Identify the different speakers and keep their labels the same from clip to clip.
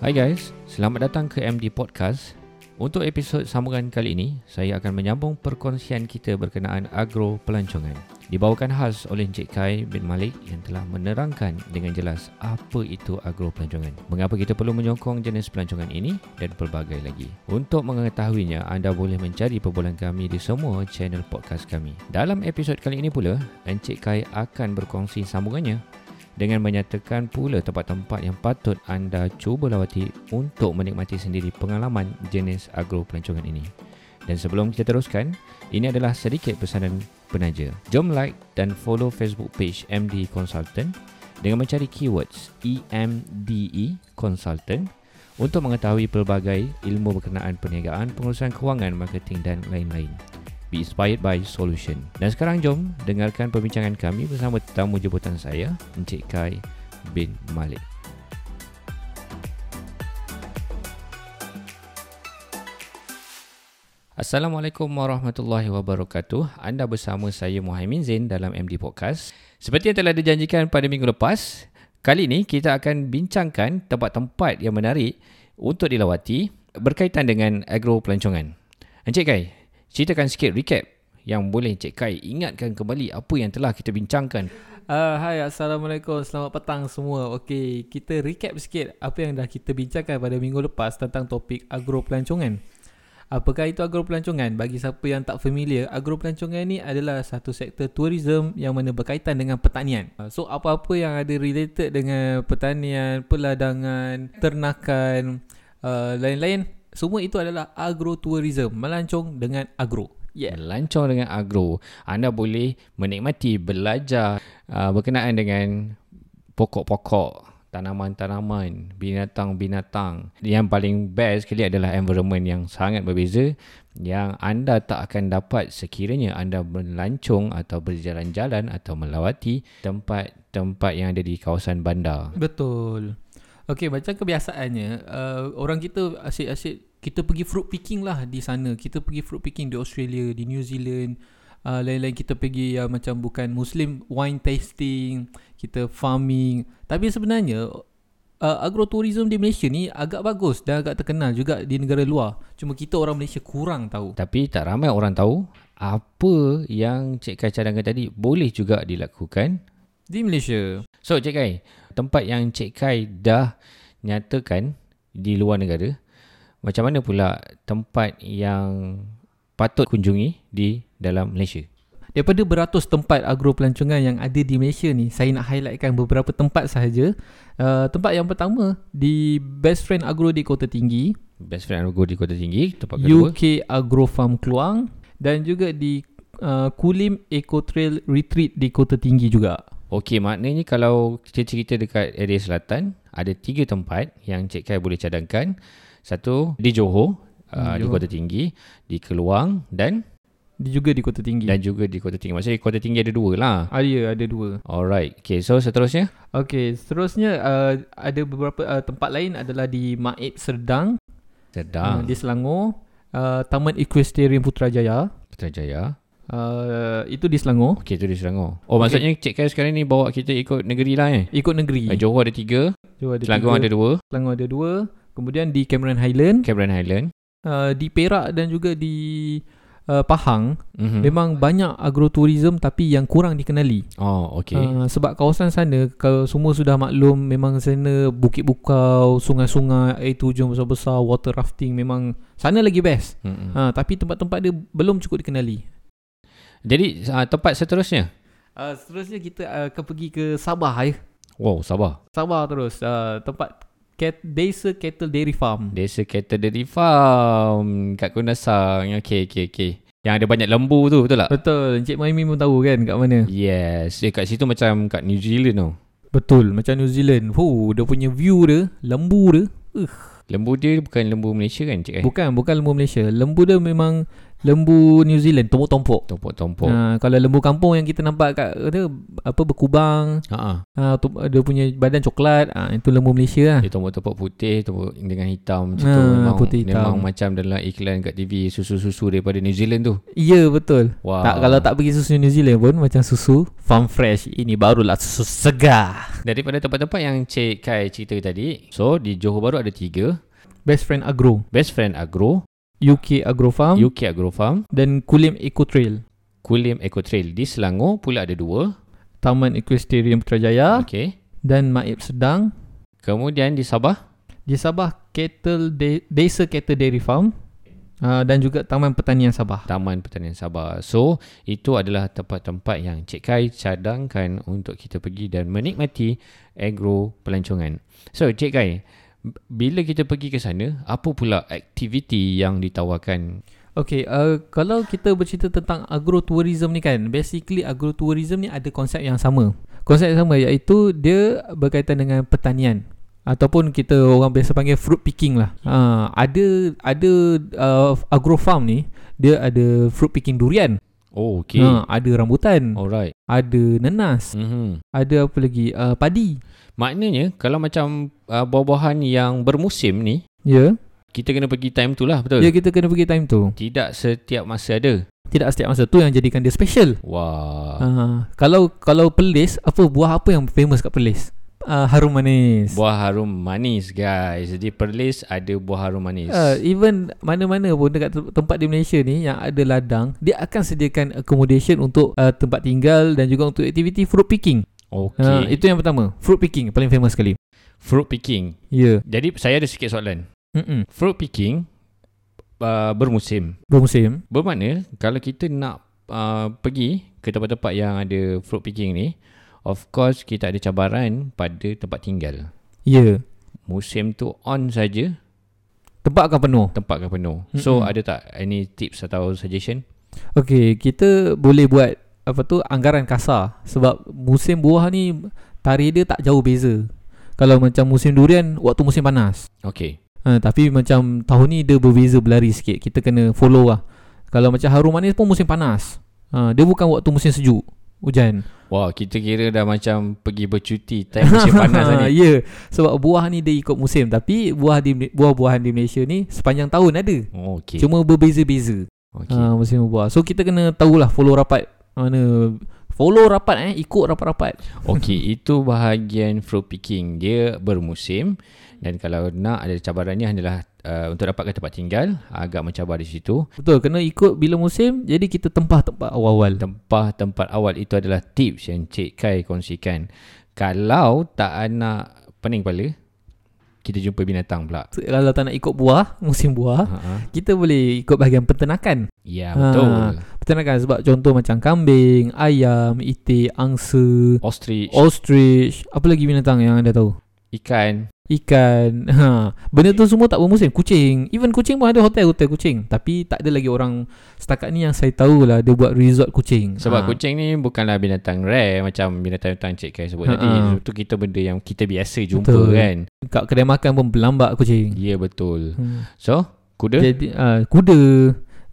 Speaker 1: Hai guys, selamat datang ke MD Podcast. Untuk episod sambungan kali ini, saya akan menyambung perkongsian kita berkenaan agro pelancongan. Dibawakan khas oleh Encik Kai bin Malik yang telah menerangkan dengan jelas apa itu agro pelancongan, mengapa kita perlu menyokong jenis pelancongan ini dan pelbagai lagi. Untuk mengetahuinya, anda boleh mencari perbualan kami di semua channel podcast kami. Dalam episod kali ini pula, Encik Kai akan berkongsi sambungannya dengan menyatakan pula tempat-tempat yang patut anda cuba lawati untuk menikmati sendiri pengalaman jenis agro pelancongan ini. Dan sebelum kita teruskan, ini adalah sedikit pesanan penaja. Jom like dan follow Facebook page MD Consultant dengan mencari keywords E EMDE E Consultant untuk mengetahui pelbagai ilmu berkenaan perniagaan, pengurusan kewangan, marketing dan lain-lain. Be inspired by solution. Dan sekarang jom dengarkan perbincangan kami bersama tetamu jemputan saya, Encik Kai bin Malik. Assalamualaikum warahmatullahi wabarakatuh. Anda bersama saya Muhaimin Zain dalam MD Podcast. Seperti yang telah dijanjikan pada minggu lepas, kali ini kita akan bincangkan tempat-tempat yang menarik untuk dilawati berkaitan dengan agro pelancongan. Encik Kai, ceritakan sikit recap yang boleh Encik Kai ingatkan kembali apa yang telah kita bincangkan.
Speaker 2: Uh, hai, Assalamualaikum. Selamat petang semua. Okey, kita recap sikit apa yang dah kita bincangkan pada minggu lepas tentang topik agro pelancongan. Apakah itu agro pelancongan? Bagi siapa yang tak familiar, agro pelancongan ni adalah satu sektor tourism yang mana berkaitan dengan pertanian. Uh, So, apa-apa yang ada related dengan pertanian, peladangan, ternakan, uh, lain-lain, semua itu adalah agro tourism, melancong dengan agro. Yeah.
Speaker 1: Melancong dengan agro. Anda boleh menikmati, belajar uh, berkenaan dengan pokok-pokok, tanaman-tanaman, binatang-binatang. Yang paling best sekali adalah environment yang sangat berbeza yang anda tak akan dapat sekiranya anda melancong atau berjalan-jalan atau melawati tempat-tempat yang ada di kawasan bandar.
Speaker 2: Betul. Okey, macam kebiasaannya, uh, orang kita asyik-asyik kita pergi fruit picking lah di sana. Kita pergi fruit picking di Australia, di New Zealand. Uh, lain-lain kita pergi yang macam bukan Muslim, wine tasting, kita farming. Tapi sebenarnya uh, agrotourism di Malaysia ni agak bagus dan agak terkenal juga di negara luar. Cuma kita orang Malaysia kurang tahu.
Speaker 1: Tapi tak ramai orang tahu apa yang Cik Kai cadangkan tadi boleh juga dilakukan
Speaker 2: Di Malaysia,
Speaker 1: So Cik Kai, tempat yang Cik Kai dah nyatakan di luar negara, macam mana pula tempat yang patut kunjungi di dalam Malaysia?
Speaker 2: Daripada beratus tempat agro pelancongan yang ada di Malaysia ni, saya nak highlightkan beberapa tempat sahaja. Uh, tempat yang pertama di Best Friend Agro di Kota Tinggi,
Speaker 1: Best Friend Argo di Kota Tinggi, tempat kedua.
Speaker 2: UK Agro Farm Keluang dan juga di uh, Kulim Eco Trail Retreat di Kota Tinggi juga.
Speaker 1: Okey, maknanya kalau kita cerita dekat area selatan, ada tiga tempat yang Cik Kai boleh cadangkan. Satu di Johor, uh, di
Speaker 2: Johor.
Speaker 1: Kota Tinggi, di Keluang dan
Speaker 2: Di juga di Kota Tinggi.
Speaker 1: dan juga di Kota Tinggi. Maksudnya Kota Tinggi ada dua lah.
Speaker 2: Ah, ya, ada dua.
Speaker 1: Alright. Okay, so seterusnya?
Speaker 2: Okey, seterusnya uh, ada beberapa uh, tempat lain adalah di Maib Serdang uh,
Speaker 1: Sedang.
Speaker 2: di Selangor, uh, Taman Equestrian Putrajaya.
Speaker 1: Putrajaya.
Speaker 2: Uh, itu di Selangor.
Speaker 1: Okey, tu di Selangor. Oh, okay. maksudnya Cik Kai sekarang ni bawa kita ikut negeri lah eh.
Speaker 2: Ikut negeri.
Speaker 1: Yeah. Johor ada tiga,
Speaker 2: Johor ada
Speaker 1: Selangor
Speaker 2: tiga,
Speaker 1: ada dua,
Speaker 2: Selangor ada dua. Kemudian di Cameron Highland,
Speaker 1: Cameron Highland.
Speaker 2: uh, di Perak dan juga di uh, Pahang
Speaker 1: Mm-hmm.
Speaker 2: memang banyak agrotourism tapi yang kurang dikenali.
Speaker 1: Oh,
Speaker 2: Okay.
Speaker 1: okey. Uh,
Speaker 2: Uh, sebab kawasan sana kalau semua sudah maklum memang sana bukit bukau, sungai-sungai, air terjun besar-besar, water rafting memang sana lagi best.
Speaker 1: mm
Speaker 2: Ha, tapi tempat-tempat dia belum cukup dikenali.
Speaker 1: Jadi, uh, tempat seterusnya?
Speaker 2: Uh, seterusnya kita uh, akan pergi ke Sabah ya.
Speaker 1: Wow, Sabah.
Speaker 2: Sabah terus uh, tempat Cat, Desa Cattle Dairy Farm.
Speaker 1: Desa Cattle Dairy Farm kat Kundasang. Okey, okey, okey. Yang ada banyak lembu tu, betul tak?
Speaker 2: Betul, Encik Maimi pun tahu kan kat mana.
Speaker 1: Yes. Eh, kat situ macam kat New Zealand tau.
Speaker 2: Betul, macam New Zealand. Hu, dia punya view dia, lembu dia.
Speaker 1: Lembu dia bukan lembu Malaysia kan, Cik Kai?
Speaker 2: Bukan, bukan lembu Malaysia. Lembu dia memang lembu New Zealand tumpuk-tumpuk.
Speaker 1: Tumpuk-tumpuk. Ha.
Speaker 2: Ha, kalau lembu kampung yang kita nampak kat kata apa berkubang,
Speaker 1: Ha.
Speaker 2: ha, tu, dia punya badan coklat, ha, itu lembu Malaysia lah.
Speaker 1: Dia tumpuk-tumpuk putih tumpuk dengan hitam macam
Speaker 2: Ha,
Speaker 1: tu. Memang,
Speaker 2: putih hitam.
Speaker 1: memang macam dalam iklan kat TV susu-susu daripada New Zealand tu.
Speaker 2: Ya betul.
Speaker 1: Wah.
Speaker 2: Tak kalau tak pergi susu New Zealand pun macam susu farm fresh. Ini barulah susu segar.
Speaker 1: Daripada tempat-tempat yang Cik Kai cerita tadi. So di Johor Bahru ada tiga.
Speaker 2: Best Friend Agro,
Speaker 1: Best Friend Agro,
Speaker 2: UK Agro Farm
Speaker 1: UK Agro Farm,
Speaker 2: dan Kulim Eco Trail.
Speaker 1: Kulim Eco Trail. Di Selangor pula ada dua.
Speaker 2: Taman Equestrian Putrajaya
Speaker 1: Okey.
Speaker 2: dan Maib Sedang.
Speaker 1: Kemudian di Sabah
Speaker 2: Di Sabah, Cattle De- Desa Cattle Dairy Farm uh, dan juga Taman Pertanian Sabah.
Speaker 1: Taman Pertanian Sabah. So, itu adalah tempat-tempat yang Cik Kai cadangkan untuk kita pergi dan menikmati agro pelancongan. So, Cik Kai, b- bila kita pergi ke sana, apa pula aktiviti yang ditawarkan?
Speaker 2: Okey, uh, kalau kita bercerita tentang agrotourism ni kan, basically agrotourism ni ada konsep yang sama. Konsep yang sama iaitu dia berkaitan dengan pertanian ataupun kita orang biasa panggil fruit picking lah. Uh, ada ada uh, agro farm ni dia ada fruit picking durian,
Speaker 1: Oh,
Speaker 2: okay.
Speaker 1: okey.
Speaker 2: uh, ada rambutan,
Speaker 1: Alright.
Speaker 2: ada nanas,
Speaker 1: Mm-hmm.
Speaker 2: ada apa lagi? Uh, padi.
Speaker 1: Maknanya, kalau macam uh, buah-buahan yang bermusim ni,
Speaker 2: Ya.
Speaker 1: kita kena pergi time tu lah,
Speaker 2: Yeah.
Speaker 1: betul?
Speaker 2: Ya kita kena pergi time tu.
Speaker 1: Tidak setiap masa ada.
Speaker 2: Tidak setiap masa tu yang jadikan dia special.
Speaker 1: Wah.
Speaker 2: Ah, kalau kalau Perlis, apa buah apa yang famous kat Perlis? Ah, harum manis.
Speaker 1: Buah harum manis, guys. Di Perlis ada buah harum manis.
Speaker 2: Ah, even mana-mana pun dekat tem- tempat di Malaysia ni yang ada ladang, dia akan sediakan accommodation untuk ah, tempat tinggal dan juga untuk aktiviti fruit picking.
Speaker 1: Okey.
Speaker 2: Ah, itu yang pertama, fruit picking paling famous sekali.
Speaker 1: Fruit picking.
Speaker 2: Ya.
Speaker 1: Jadi saya ada sikit soalan.
Speaker 2: Yeah. Mm-mm.
Speaker 1: Fruit picking uh, bermusim.
Speaker 2: Bermusim.
Speaker 1: Bermakna kalau kita nak uh, pergi ke tempat-tempat yang ada fruit picking ni, of course kita ada cabaran pada tempat tinggal.
Speaker 2: Ya. Yeah.
Speaker 1: Musim tu on saja
Speaker 2: Tempat akan penuh.
Speaker 1: tempat akan penuh. So
Speaker 2: Mm-mm.
Speaker 1: ada tak any tips atau suggestion?
Speaker 2: Okey, kita boleh buat apa tu anggaran kasar sebab musim buah ni tarikh dia tak jauh beza. Kalau macam musim durian waktu musim panas.
Speaker 1: Okay.
Speaker 2: Ha, tapi macam tahun ni dia berbeza berlari sikit. Kita kena follow lah. Kalau macam harum manis pun musim panas. Ha, dia bukan waktu musim sejuk, hujan.
Speaker 1: Wah, kita kira dah macam pergi bercuti time musim panas
Speaker 2: Ya,
Speaker 1: tadi.
Speaker 2: yeah, sebab buah ni dia ikut musim tapi buah di buah-buahan di Malaysia ni sepanjang tahun ada.
Speaker 1: Oh, okay.
Speaker 2: Okay. Cuma berbeza-beza.
Speaker 1: okay.
Speaker 2: okay. uh, musim buah. So kita kena tahulah follow rapat mana follow rapat eh ikut rapat-rapat.
Speaker 1: Okey, itu bahagian fruit picking. Dia bermusim dan kalau nak ada cabarannya hanyalah uh, untuk dapatkan tempat tinggal agak mencabar di situ.
Speaker 2: Betul kena ikut bila musim jadi kita tempah tempat awal-awal.
Speaker 1: Tempah tempat awal itu adalah tips yang Cik Kai kongsikan. Kalau tak nak pening kepala, kita jumpa binatang pula.
Speaker 2: Kalau tak nak ikut buah, musim buah,
Speaker 1: Ha ah.
Speaker 2: kita boleh ikut bahagian peternakan.
Speaker 1: Ya,
Speaker 2: Ha.
Speaker 1: betul.
Speaker 2: Peternakan sebab contoh macam kambing, ayam, itik, angsa,
Speaker 1: Ostrich,
Speaker 2: ostrich, apa lagi binatang yang anda tahu?
Speaker 1: ikan.
Speaker 2: Ikan ha. Benda tu semua tak bermusim Kucing Even kucing pun ada hotel-hotel kucing Tapi tak ada lagi orang Setakat ni yang saya tahu lah Dia buat resort kucing
Speaker 1: Sebab
Speaker 2: Ha.
Speaker 1: kucing ni bukanlah binatang rare macam binatang-binatang Cik Kai sebut tadi.
Speaker 2: Ha, ha.
Speaker 1: Sebab tu kita benda yang kita biasa jumpa
Speaker 2: Betul.
Speaker 1: kan.
Speaker 2: Kat kedai makan pun berlambak kucing.
Speaker 1: Ya, betul.
Speaker 2: Hmm.
Speaker 1: So, kuda?
Speaker 2: Jadi uh, kuda.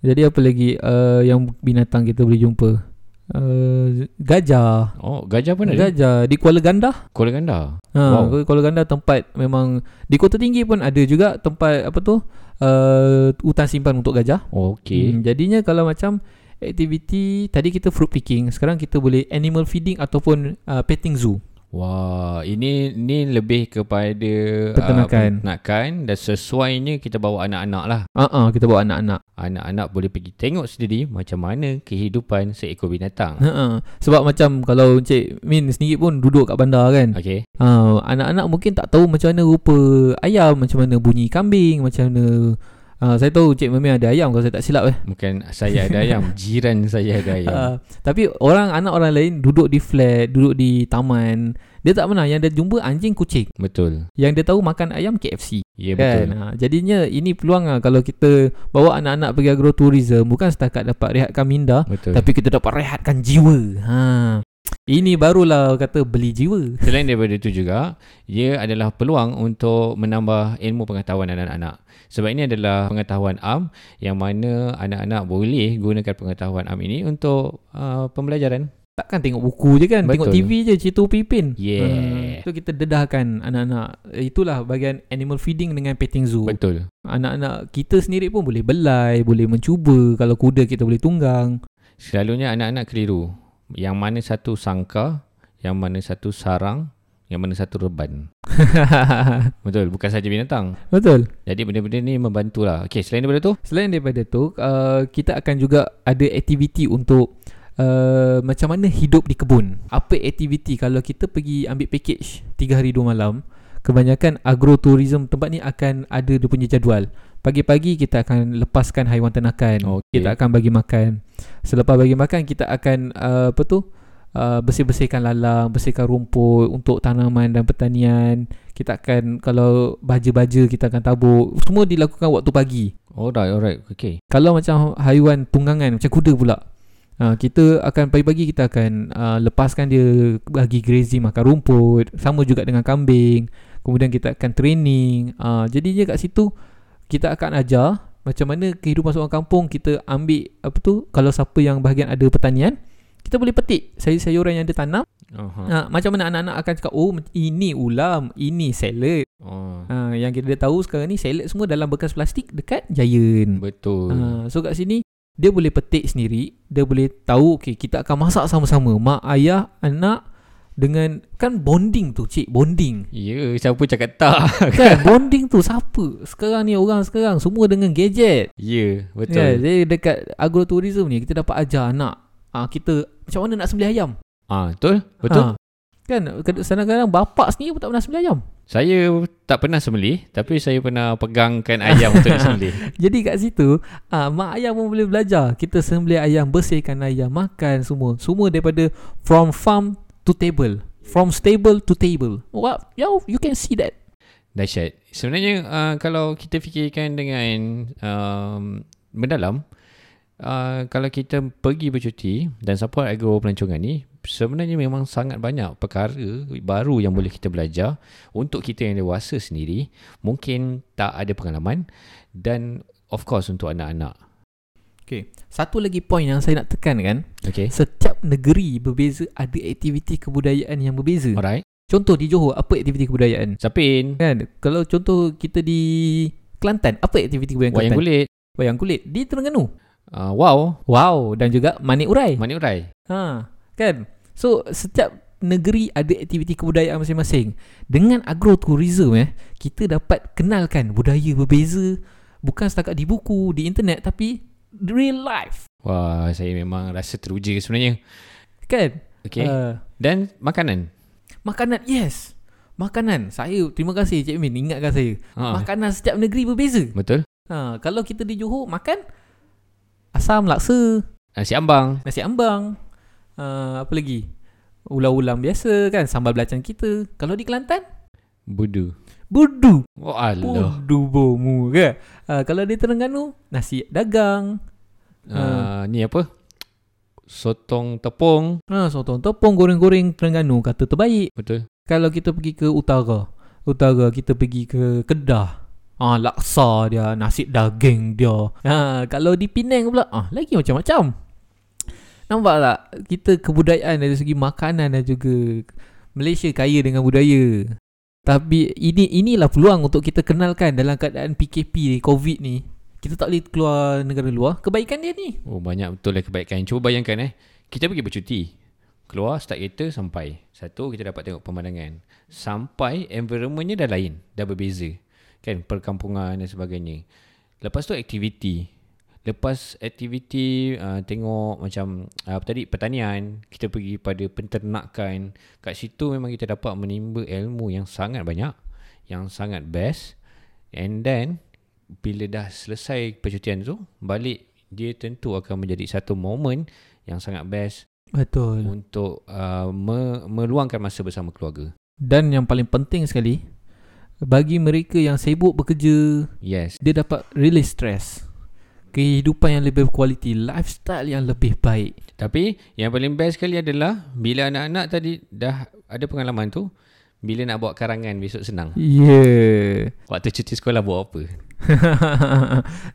Speaker 2: Jadi apa lagi uh, yang binatang kita boleh jumpa? Uh, gajah.
Speaker 1: Oh, gajah pun ada?
Speaker 2: Gajah di Kuala Gandah.
Speaker 1: Kuala Gandar.
Speaker 2: Ha,
Speaker 1: Wow.
Speaker 2: wow. Kuala Gandah tempat memang di Kota Tinggi pun ada juga tempat apa tu? Uh, hutan simpan untuk gajah.
Speaker 1: Oh, okey. Hmm.
Speaker 2: Hmm, jadinya kalau macam aktiviti tadi kita fruit picking, sekarang kita boleh animal feeding ataupun uh, petting zoo.
Speaker 1: Wah, ini ni lebih kepada ah,
Speaker 2: Peternakan.
Speaker 1: peternakan dan sesuainya kita bawa anak-anak lah.
Speaker 2: Ha uh-uh, kita bawa anak-anak.
Speaker 1: Anak-anak boleh pergi tengok sendiri macam mana kehidupan seekor binatang.
Speaker 2: Ha uh sebab macam kalau Encik Min sendiri pun duduk kat bandar kan.
Speaker 1: Okey.
Speaker 2: Ha, anak-anak mungkin tak tahu macam mana rupa ayam, macam mana bunyi kambing, macam mana ha, saya tahu Cik Mami ada ayam kalau saya tak silap eh.
Speaker 1: Bukan saya ada ayam, jiran saya ada ayam.
Speaker 2: Ha, tapi orang anak orang lain duduk di flat, duduk di taman, dia tak pernah yang dia jumpa anjing kucing.
Speaker 1: Betul.
Speaker 2: Yang dia tahu makan ayam KFC
Speaker 1: Ya yeah, betul.
Speaker 2: kan. Ha, jadinya ini peluang lah kalau kita bawa anak-anak pergi agrotourism bukan setakat dapat rehatkan minda
Speaker 1: Betul.
Speaker 2: tapi kita dapat rehatkan jiwa. Ha. Ini barulah orang kata beli jiwa.
Speaker 1: Selain daripada itu juga, ia adalah peluang untuk menambah ilmu pengetahuan anak-anak. Sebab ini adalah pengetahuan am yang mana anak-anak boleh gunakan pengetahuan am ini untuk uh, pembelajaran.
Speaker 2: Takkan tengok buku je kan, Betul. tengok
Speaker 1: Betul.
Speaker 2: TV je cerita Pipin.
Speaker 1: Yeah.
Speaker 2: So kita dedahkan anak-anak. Itulah bahagian animal feeding dengan petting zoo.
Speaker 1: Betul.
Speaker 2: Anak-anak kita sendiri pun boleh belai, boleh mencuba. Kalau kuda kita boleh tunggang.
Speaker 1: Selalunya anak-anak keliru. Yang mana satu sangka, yang mana satu sarang, yang mana satu reban. Betul, bukan saja binatang.
Speaker 2: Betul.
Speaker 1: Jadi benda-benda ni membantulah. Okey, selain daripada tu,
Speaker 2: Selain daripada tu, uh, kita akan juga ada aktiviti untuk uh, macam mana hidup di kebun. Apa aktiviti kalau kita pergi ambil package 3 hari 2 malam, kebanyakan agrotourism tempat ni akan ada dia punya jadual. Pagi-pagi kita akan lepaskan haiwan ternakan.
Speaker 1: Okey.
Speaker 2: Kita akan bagi makan. Selepas bagi makan kita akan uh, apa tu? Uh, bersih-bersihkan lalang, bersihkan rumput untuk tanaman dan pertanian. Kita akan kalau baja-baja kita akan tabur. Semua dilakukan waktu pagi.
Speaker 1: alright, alright. Okey.
Speaker 2: Kalau macam haiwan tunggangan macam kuda pula. Ha, kita akan pagi-pagi kita akan uh, lepaskan dia bagi grazing makan rumput sama juga dengan kambing kemudian kita akan training uh, jadinya kat situ kita akan ajar macam mana kehidupan seorang kampung kita ambil apa tu kalau siapa yang bahagian ada pertanian kita boleh petik sayur-sayuran yang dia tanam
Speaker 1: Aha.
Speaker 2: ha, macam mana anak-anak akan cakap oh ini ulam ini salad
Speaker 1: Oh.
Speaker 2: ha, yang kita dah tahu sekarang ni salad semua dalam bekas plastik dekat Giant
Speaker 1: Betul.
Speaker 2: Ha, so kat sini dia boleh petik sendiri, dia boleh tahu okay, kita akan masak sama-sama mak ayah anak dengan kan bonding tu cik bonding.
Speaker 1: Ya, siapa cakap tak?
Speaker 2: Kan bonding tu siapa? Sekarang ni orang sekarang semua dengan gadget.
Speaker 1: Ya, betul.
Speaker 2: Ya, jadi dekat agrotourism ni kita dapat ajar anak ha, kita macam mana nak sembelih ayam.
Speaker 1: Ah, betul? Betul?
Speaker 2: Ha. Kan kadang-kadang bapak sendiri pun tak pernah sembelih ayam.
Speaker 1: Saya tak pernah sembelih, tapi saya pernah pegangkan ayam untuk disembelih.
Speaker 2: Jadi kat situ ah mak ayam pun boleh belajar. Kita sembelih ayam, bersihkan ayam, makan semua. Semua daripada from farm to table. From stable to table. What? Yo, you can see that.
Speaker 1: Dahsyat. Sebenarnya uh, kalau kita fikirkan dengan um, mendalam, uh, kalau kita pergi bercuti dan support agro pelancongan ni, sebenarnya memang sangat banyak perkara baru yang boleh kita belajar untuk kita yang dewasa sendiri, mungkin tak ada pengalaman dan of course untuk anak-anak.
Speaker 2: Okay. Satu lagi point yang saya nak kan. tekankan,
Speaker 1: Okay.
Speaker 2: setiap negeri berbeza ada aktiviti kebudayaan yang berbeza.
Speaker 1: Alright.
Speaker 2: Contoh di Johor, apa aktiviti kebudayaan?
Speaker 1: Sapin,
Speaker 2: Kan? Kalau contoh kita di Kelantan, apa aktiviti kebudayaan
Speaker 1: wayang
Speaker 2: Kelantan?
Speaker 1: kulit,
Speaker 2: Wayang kulit. Di Terengganu.
Speaker 1: uh, wow,
Speaker 2: Wow, dan juga Manik Urai.
Speaker 1: manik urai.
Speaker 2: Ha, kan? So setiap negeri ada aktiviti kebudayaan masing-masing. Dengan agrotourism eh, kita dapat kenalkan budaya berbeza bukan setakat di buku, di internet tapi real life.
Speaker 1: Wah, saya memang rasa teruja sebenarnya.
Speaker 2: Kan?
Speaker 1: Okay. Uh,
Speaker 2: Uh,
Speaker 1: dan makanan.
Speaker 2: makanan yes. Makanan. Saya terima kasih Cik Min ingatkan saya.
Speaker 1: Ha,
Speaker 2: Makanan setiap negeri berbeza.
Speaker 1: betul.
Speaker 2: Ha, kalau kita di Johor makan asam laksa,
Speaker 1: Nasi Ah, ambang.
Speaker 2: Nasi ambang uh, Apa lagi Ulam-ulam biasa kan Sambal belacan kita Kalau di Kelantan
Speaker 1: Budu.
Speaker 2: Budu
Speaker 1: Oh Allah.
Speaker 2: Budu bomu ke uh, Kalau di Terengganu Nasi dagang
Speaker 1: Uh, ni apa? Sotong tepung.
Speaker 2: ha, Sotong topong goreng-goreng Terengganu Kata terbaik
Speaker 1: Betul.
Speaker 2: Kalau kita pergi ke utara Utara kita pergi ke Kedah Ah, ha, laksa dia, nasi daging dia. Ha, kalau di Penang pula, ah lagi macam-macam. Nampak tak? Kita kebudayaan dari segi makanan dan juga Malaysia kaya dengan budaya. Tapi ini inilah peluang untuk kita kenalkan dalam keadaan PKP ni, COVID ni. Kita tak boleh keluar negara luar. Kebaikan dia ni.
Speaker 1: Oh banyak betul lah kebaikan. Cuba bayangkan eh. Kita pergi bercuti. Keluar start kereta sampai. Satu kita dapat tengok pemandangan. Sampai environmentnya dah lain. Dah berbeza. Kan perkampungan dan sebagainya. Lepas tu aktiviti. Lepas aktiviti uh, tengok macam uh, apa tadi pertanian, kita pergi pada penternakan. Kat situ memang kita dapat menimba ilmu yang sangat banyak, yang sangat best. And then bila dah selesai percutian tu, balik dia tentu akan menjadi satu momen yang sangat best
Speaker 2: Betul.
Speaker 1: untuk uh, me- meluangkan masa bersama keluarga.
Speaker 2: Dan yang paling penting sekali bagi mereka yang sibuk bekerja,
Speaker 1: Yes.
Speaker 2: dia dapat release stress. kehidupan yang lebih berkualiti, lifestyle yang lebih baik.
Speaker 1: Tapi yang paling best sekali adalah bila anak-anak tadi dah ada pengalaman tu, bila nak buat karangan besok senang.
Speaker 2: Yeah.
Speaker 1: Waktu cuti sekolah buat apa?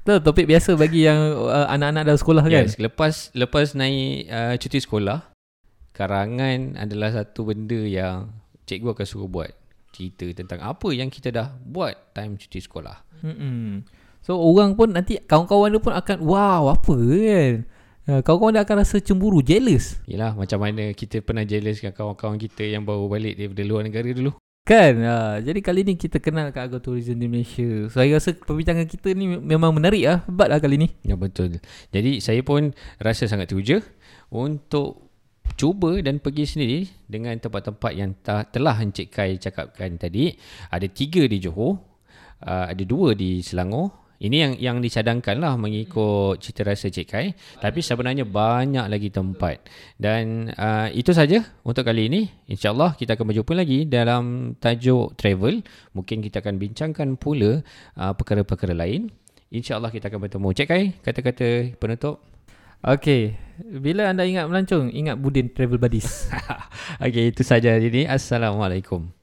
Speaker 2: tu topik biasa bagi yang uh, anak-anak dalam sekolah kan.
Speaker 1: Yes, lepas lepas naik uh, cuti sekolah, karangan adalah satu benda yang cikgu akan suruh buat. Cerita tentang apa yang kita dah buat time cuti sekolah.
Speaker 2: Mm-mm. So orang pun nanti kawan-kawan dia pun akan wow apa kan. Uh, kawan-kawan dia akan rasa cemburu, jealous.
Speaker 1: Yelah, macam mana kita pernah jealous dengan kawan-kawan kita yang baru balik daripada luar negara dulu.
Speaker 2: Kan? Uh, jadi kali ni kita kenal ke agrotourism di Malaysia. So saya rasa perbincangan kita ni me- memang menarik lah. Hebat lah kali ni.
Speaker 1: Ya betul. Jadi saya pun rasa sangat teruja untuk cuba dan pergi sendiri dengan tempat-tempat yang ta- telah Encik Kai cakapkan tadi. Ada tiga di Johor, uh, ada dua di Selangor. Ini yang yang dicadangkan lah mengikut cita rasa Encik Kai. Tapi sebenarnya banyak lagi tempat. Dan uh, itu saja untuk kali ini. InsyaAllah kita akan berjumpa lagi dalam tajuk travel. Mungkin kita akan bincangkan pula uh, perkara-perkara lain. InsyaAllah kita akan bertemu. Cik Kai, kata-kata penutup.
Speaker 2: Okay. Bila anda ingat melancong, ingat Budin Travel Buddies.
Speaker 1: Okey, itu saja hari ini. Assalamualaikum.